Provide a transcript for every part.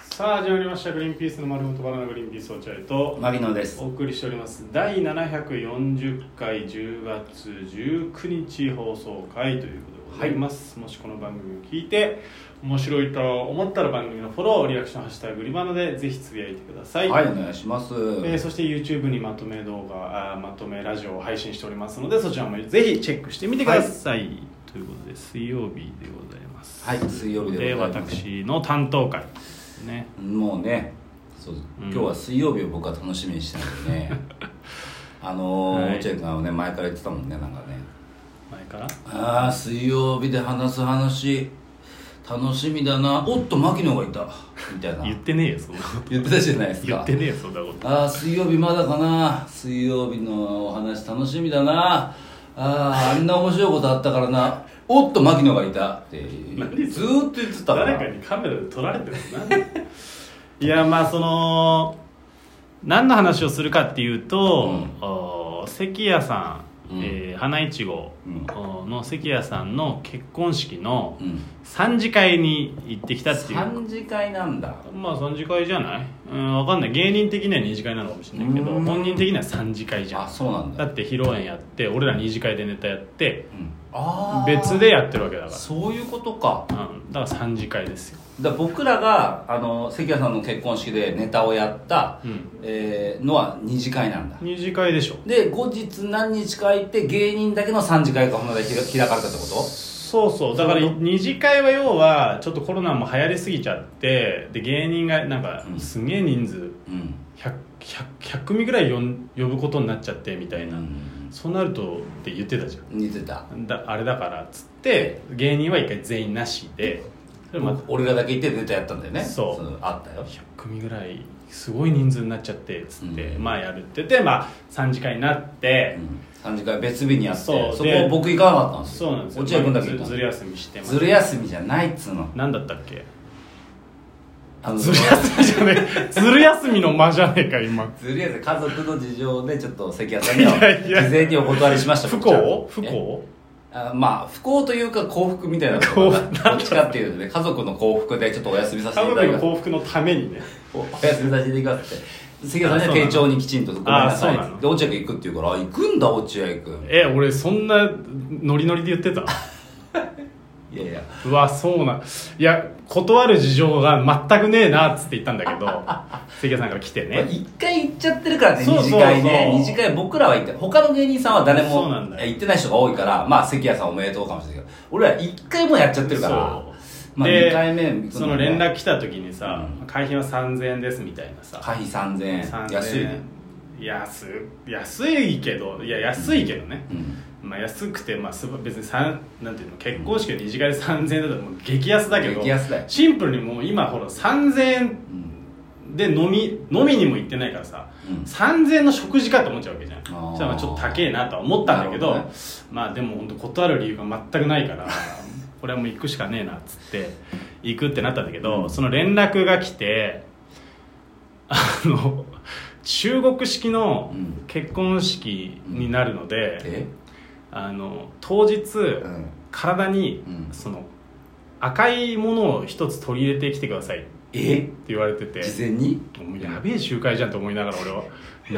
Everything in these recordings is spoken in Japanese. さあ始まりました「グリーンピースの丸ごとバナナグリーンピースお茶へ」とマビノですお送りしております第740回10月19日放送回ということでございます、もしこの番組を聞いて面白いと思ったら番組のフォローリアクション「ハッシュタググリバナ」でぜひつぶやいてくださ、はいい、お願いします、えーそして YouTube にまとめ動画あーまとめラジオを配信しておりますのでそちらもぜひチェックしてみてください、ということで水曜日でございますはい水曜日でございます私の担当会ですねもうねそう、うん今日は水曜日を僕は楽しみにしてたんで ねあのーはい落合君がね前から言ってたもんねなんかね前からああ水曜日で話す話楽しみだなおっと牧野がいたみたいな言ってねえよそんなこと言ってたじゃないですか言ってねえよそんなことああ水曜日まだかな水曜日のお話楽しみだなあーあんな面白いことあったからなおっと牧野がいたって何ずーっと言ってたから誰かにカメラで撮られてるのなんでいやまあその何の話をするかっていうと、うお関谷さん、うえんー花いちごうんおの関谷さんの結婚式のうん三次会に行ってきたっていう三次会なんだまあ三次会じゃない、うん、わかんない芸人的には二次会なのかもしれないけどうん本人的には三次会じゃあんそうなんだだって披露宴やって俺ら二次会でネタやってうんあー別でやってるわけだか、そういうことからうん、だから三次会ですよだから僕らがあの関谷さんの結婚式でネタをやった、うんえーのは二次会なんだ二次会でしょで後日何日か行って芸人だけの三次会がこの間開開かれたってことそうそうだからそういうこ二次会は要はちょっとコロナも流行りすぎちゃってで芸人がなんかうんすげえ人数うん100 100 100組ぐらい呼ん呼ぶことになっちゃってみたいな、うんそうなるとって言ってたじゃん似てただあれだからっつって芸人は一回全員なしでそれまた俺らだけ行ってネタやったんだよねそうのあったよ100組ぐらいすごい人数になっちゃってっつって、うんまあやるって言ってまあ3次会になって、三次会別日にやってそうそこで僕行かなかったんですよそうなんですよ落合君だけ行ったずずのる休みしてますずる休みじゃないっつうのなんだったっけあのずる休みじゃねえずる休みの間じゃねえか今ずるいやつ家族の事情でちょっと関谷さんにはいやいや事前にお断りしました不僕は幸不え幸あまあ不幸というか幸福みたいなところ がどっちかっていうとね家族の幸福でちょっとお休みさせ家てい族ただきのます幸福のためにねおお休みさせていただきますって関谷さんには丁重にきちんとごめんなさいあそうなので落合君行くっていうからあ行くんだ落合君え俺そんなノリノリで言ってたいやいやうわそうないや断る事情が全くねえなっつって言ったんだけ ど関谷さんから来てまあね一回行っちゃってるからねそうそう二そう次会ね二次会僕らは行って他の芸人さんは誰そもうなんだよ行ってない人が多いからまあ関谷さんおめでとうかもしれないけど俺ら一回もやっちゃってるからそうまあで二回目行くのねその連絡来た時にさう「会費は3000円です」みたいなさ会費3000円3000安いね円安い安いけどいや安いけどね、うんまあ、安くて、まあ、すば別にさんなんていうの結婚式の二次会で3000円だったらもう激安だけど激安だよシンプルにもう今ほら3000円うんで飲み飲みにも行ってないからさ、うん3000円の食事かと思っちゃうわけじゃんそーしたらまあちょっと高えなとは思ったんだけどなるほどねまあでも本当断る理由が全くないから これはもう行くしかねえなっつって行くってなったんだけど、うんその連絡が来てあの中国式のうん結婚式になるので、えあの当日、うん体に、うんその赤いものを一つ取り入れてきてくださいってえ言われてて事前にもうやべえ集会じゃんと思いながら俺は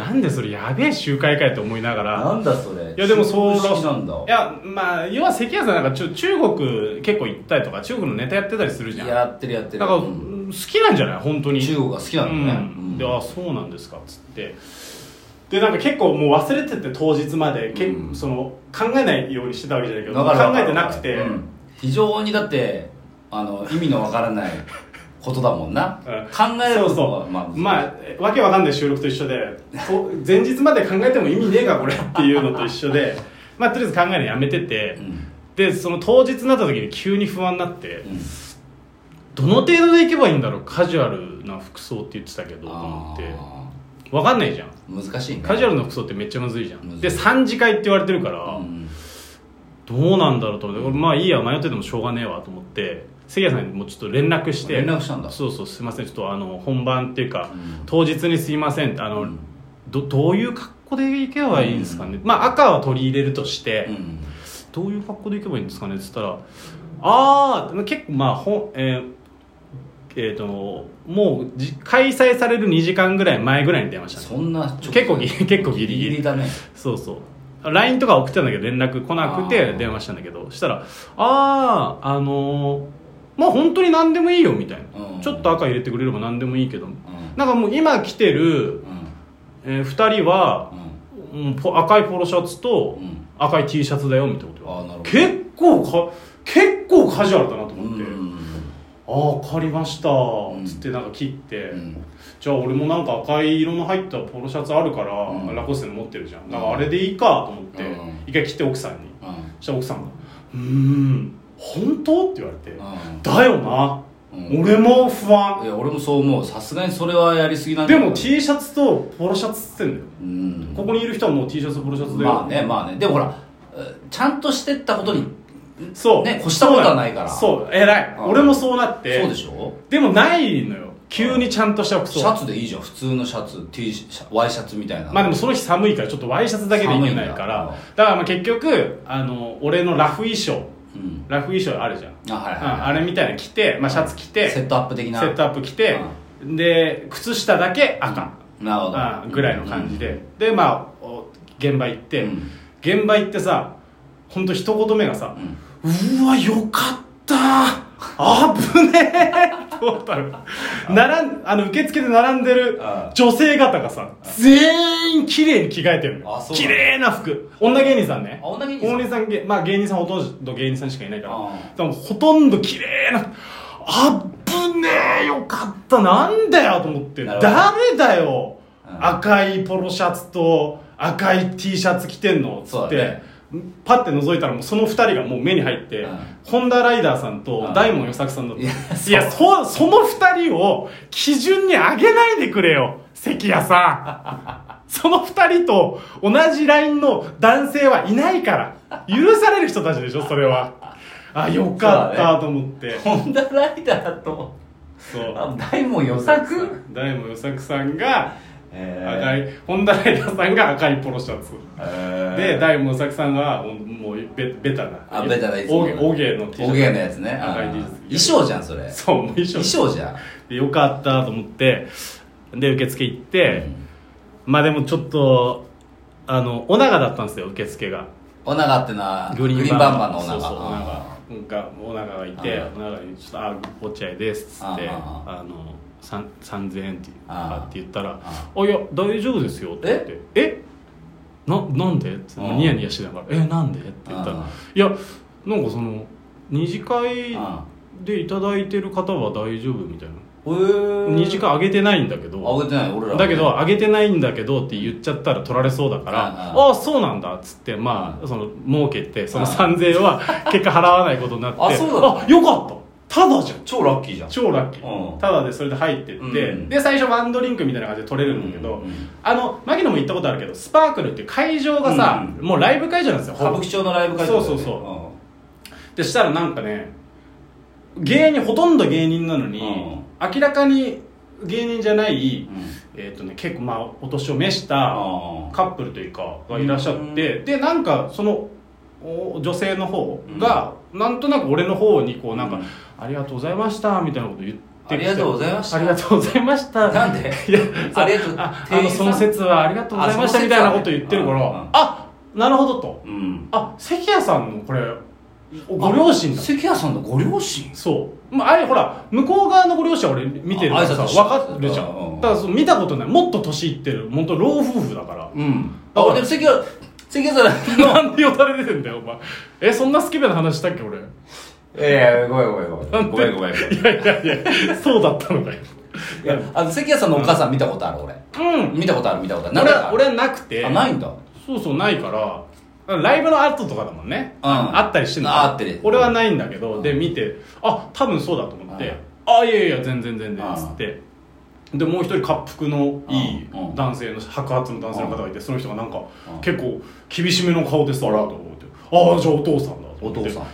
なんでそれやべえ集会かよと思いながならんだそれいやでもそう好きなんだいやまあ要は関谷さんなんかちょ中国結構行ったりとか中国のネタやってたりするじゃんやってるやってるだから、うん好きなんじゃない本当に中国が好きなのねうん、でうんあそうなんですかっつってでなんか結構もう忘れてて当日まで、けうんその考えないようにしてたわけじゃないけどわかるわ考かえるてなくて、うん非常にだってあの意味のわからない ことだもんなうん考えるそうこそとうはまあまあえわけわかんない収録と一緒でこう前日まで考えても意味ねえかこれっていうのと一緒で まあとりあえず考えるのやめてて、うんでその当日になった時に急に不安になって、うんどの程度で行けばいいんだろうカジュアルな服装って言ってたけどと思あってあわかんないじゃん難しいねカジュアルな服装ってめっちゃむずいじゃむずんいで3次会って言われてるから、うんどうなんだろうと思ってこれまあいいや迷っててもしょうがねえわと思って関谷さんにもちょっと連絡して連絡したんだそうそうすいませんちょっとあの本番っていうか、うん当日にすいませんあの、うんどどういう格好で行けばいいんですかね、まあ赤は取り入れるとして、うんどういう格好で行けばいいんですかねって言ったらああ結構まあほん、えーえー、ともうじ開催される2時間ぐらい前ぐらいに出ましたねそんな直結構ギリ結構ギリギリだねそうそう LINE とか送ってたんだけど連絡来なくあてー電話したんだけどしたら「あああのーまあ本当に何でもいいよ」みたいな、うんちょっと赤入れてくれれば何でもいいけど、うんなんかもう今来てる、え2人はう、んうんポ赤いポロシャツとうん赤い T シャツだよみたいなこと言われあーなるほど結構か結構カジュアルだなとう思って「んああ分かりました」んつってなんか切って。うんじゃあ俺もなんか赤い色の入ったポロシャツあるから、うんラコステの持ってるじゃんだからあれでいいかと思って、うん一回着て奥さんにうんそしたら奥さんが「うーん本当?」って言われて「うだよな、うん俺も不んい安や俺もそう思うさすがにそれはやりすぎなんじでゃないも T シャツとポロシャツっつってんだよ、うんここにいる人はもう T シャツとポロシャツで、まあねまあねでもほらえちゃんとしてったことにそうね越したことはないからそう偉いうん俺もそうなってそうでしょでもないのよ急にちゃんとした服装シャツでいいじゃん普通のシャツ T シャツワイシャツみたいなまあでもその日寒いからちょっとワイシャツだけでいけないから寒いんだだからまあ結局あの俺のラフ衣装うんラフ衣装あるじゃん、あはいはういんはいあれみたいなの着て、まあ、シャツ着て、セットアップ的なセットアップ着て、で靴下だけ赤、なるほあどぐらいの感じで、でまあお現場行って、うん現場行ってさほんと一言目がさう「んうわよかったあぶねえ!」と思ったの並んあの受付で並んでるあ女性方がさ全員綺麗に着替えてるのあそうな綺の麗な服女芸人さんねあ女芸人さんさんげまあ芸人さんほとんど芸人さんしかいないかあらでもほとんど綺麗なあぶねえよかったなんだよと思ってなるほど誰だよ、うん赤いポロシャツと赤い T シャツ着てんのつそっうて、だねパッて覗いたらもうその2人がもう目に入って、うんホンダライダーさんとうん大門与作さんだったいやいやそその2人を基準に上げないでくれよ関谷さ んその2人と同じラインの男性はいないから許される人たちでしょそれはあよかっそうだたねと思ってホンダライダーとそうあ大門予作大門与作さんが赤えいホンダライダーさんが赤いポロシャツーで大門作さんはもうベベタなあベタなやつおげおげの T シャツ大芸のやつねあ赤いー T シャツ衣装じゃんそれそうもう衣装衣装じゃんでよかったと思ってで受付行って、まあでもちょっとあのお長だったんですよ受付がおながってなグリーンババンンババンンのおなそうそうおががお長がいてああお長に「ちょっとあ落合です」っつって「ああのさん3000円」ってああって言ったら「ああいや大丈夫ですよ」って言って「えななんで?」ってああニヤニヤしながら「えなんで?」って言ったらああ「いやなんかその二次会あでいただいてる方は大丈夫」みたいな2 2時間上げてないんだけどあげてない俺らだけど上げてないんだけどって言っちゃったら取られそうだからあああああそうなんだっつってまあその儲けてその3000円は 結果払わないことになってあそうだったあよかったただじゃん超ラッキーじゃん超ラッキうーんただでそれで入ってって、うんで最初ワンドリンクみたいな感じで取れるんだけど、うんうんあの牧野も行ったことあるけどスパークルっていう会場がさ、うんもうライブ会場なんですよほぼ歌舞伎町のライブ会場だよねそうそうそうでしたらなんかね芸人ほとんど芸人なのに、明らかに芸人じゃない、うんうんえっ、とね結構まあお年を召したあーカップルというかがいらっしゃって、うでなんかそのお女性の方が、なんとなく俺の方にこうなんか、うんありがとうございました」みたいなこと言ってきてありがとうございましたありがとうございましたなんで いや ありがとうあ店あ員のさそんの説はありがとうございましたあそのみ説たいはねなこと言ってるからうんうんあなるほどとうんあ関谷さんのこれご両親だ関谷さんのご両親そう、まあ、あれほら向こう側のご両親は俺見てるからさあ挨拶分してかるじゃうんうんんだからその見たことないもっと年いってる本当老夫婦だからうんあ俺でも関谷関谷さんの なんでよだれ出てんだよお前えそんなスケベな話したっけ俺いやいやごめんごめんごめんごめんごめんいやいやいやそうだったのかよいやあの関谷さんのお母さん見たことある俺うん見たことある見たことある俺なんはか俺はなくてあないんだそうそうないからライブの後とかだもんね、うんあったりしてんのかああってる俺はないんだけど、で見てあ多分そうだと思って、あいやいや全然全然うんっつってでもう一人恰幅のいいうん男性の白髪の男性の方がいてその人がなんかうん結構厳しめの顔でさあらと思ってああじゃあお父さんだとお思っ父てさんあ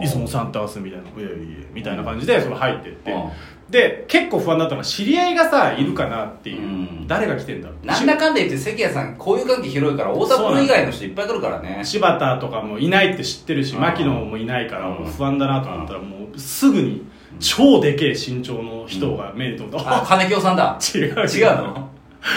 いいつもサンタースみたいな「いやいやいや」みたいな感じでそれ入ってってうんで結構不安だったのが知り合いがさいるかなっていう、うん誰が来てんだろうなんだかんだ言って関谷さん交友関係広いから太田君以外の人いっぱい来るからね柴田とかもいないって知ってるしうん牧野もいないからうんもう不安だなと思ったらもうすぐに超でけえ身長の人が目に飛んだ、あ金京さん だ違う違うの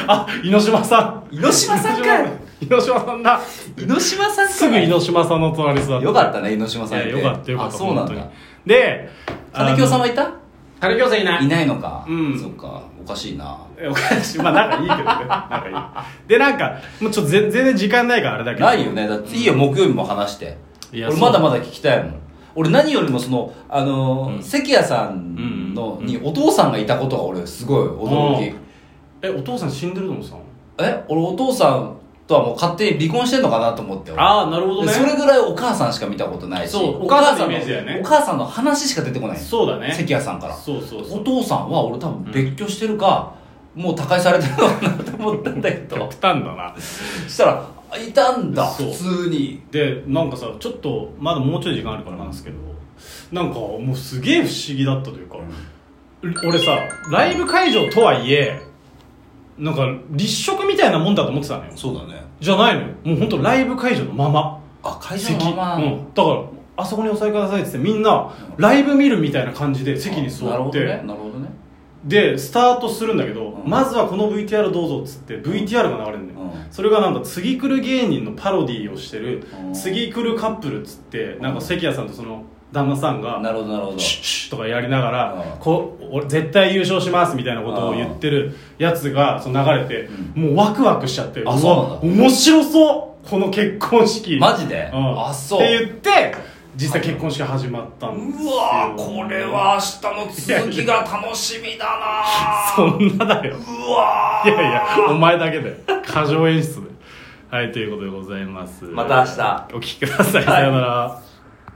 あ猪島さん猪島さんかい猪島さんだ猪島さんすぐよ猪島さんの隣座ってかったね猪島いさんやってよかったよかったあそうなん本当だにで金京さんははいた金京さんいないないのかうんそっかおかしいなえおかしいまあ仲いいけどね仲いいでなんかもうちょっと全全然時間ないからあれだけどないよねだっていいよ木曜日も話していや俺そうまだまだ聞きたいもん俺何よりもそのあのーうん関谷さんのにお父さんがいたことが俺すごい驚きうんえお父さん死んでると思ってたのえ俺お父さんとはもう勝手に離婚してんのかなと思って俺ああなるほどねそれぐらいお母さんしか見たことないしそうおお母さ母さんんのイメのージだよねお母さんの話しか出てこないそうだね関谷さんからそうそうそおう父さんは俺多分別居してるか、もう他界されてるのかなと思ったんだけど極端だなしたらあいたんだそう普通にでなんかさちょっとまだもうちょい時間あるからなんですけどなんかもうすげえ不思議だったというか、俺さライブ会場とはいえなんか立食みたいなもんだと思ってたのよそうだねじゃないのよもう本当ライブ会場のままあ会社席のまま、うん、だからあそこにお座りくださいって言ってみんなライブ見るみたいな感じで席に座なるほって、どねなるほどねでスタートするんだけど、うんまずはこの VTR どうぞっつって VTR が流れるんだよ、うんそれがなんか次来る芸人のパロディーをしてる、うん次来るカップルっつって、んなんか関谷さんとその旦那さんがなるほどなるほどシュッシュッとかやりながら、うんこう俺絶対優勝しますみたいなことを言ってるやつがその流れて、もうワクワクしちゃってあわそうなんだ面白そうこの結婚式マジで、うん、あそうって言って実際結婚式始まったんですうよわーこれは明日の続きが楽しみだそなーんなだようわいーやいやお前だけで過剰演出ではいということでございますまた明お日聞きください、さようなら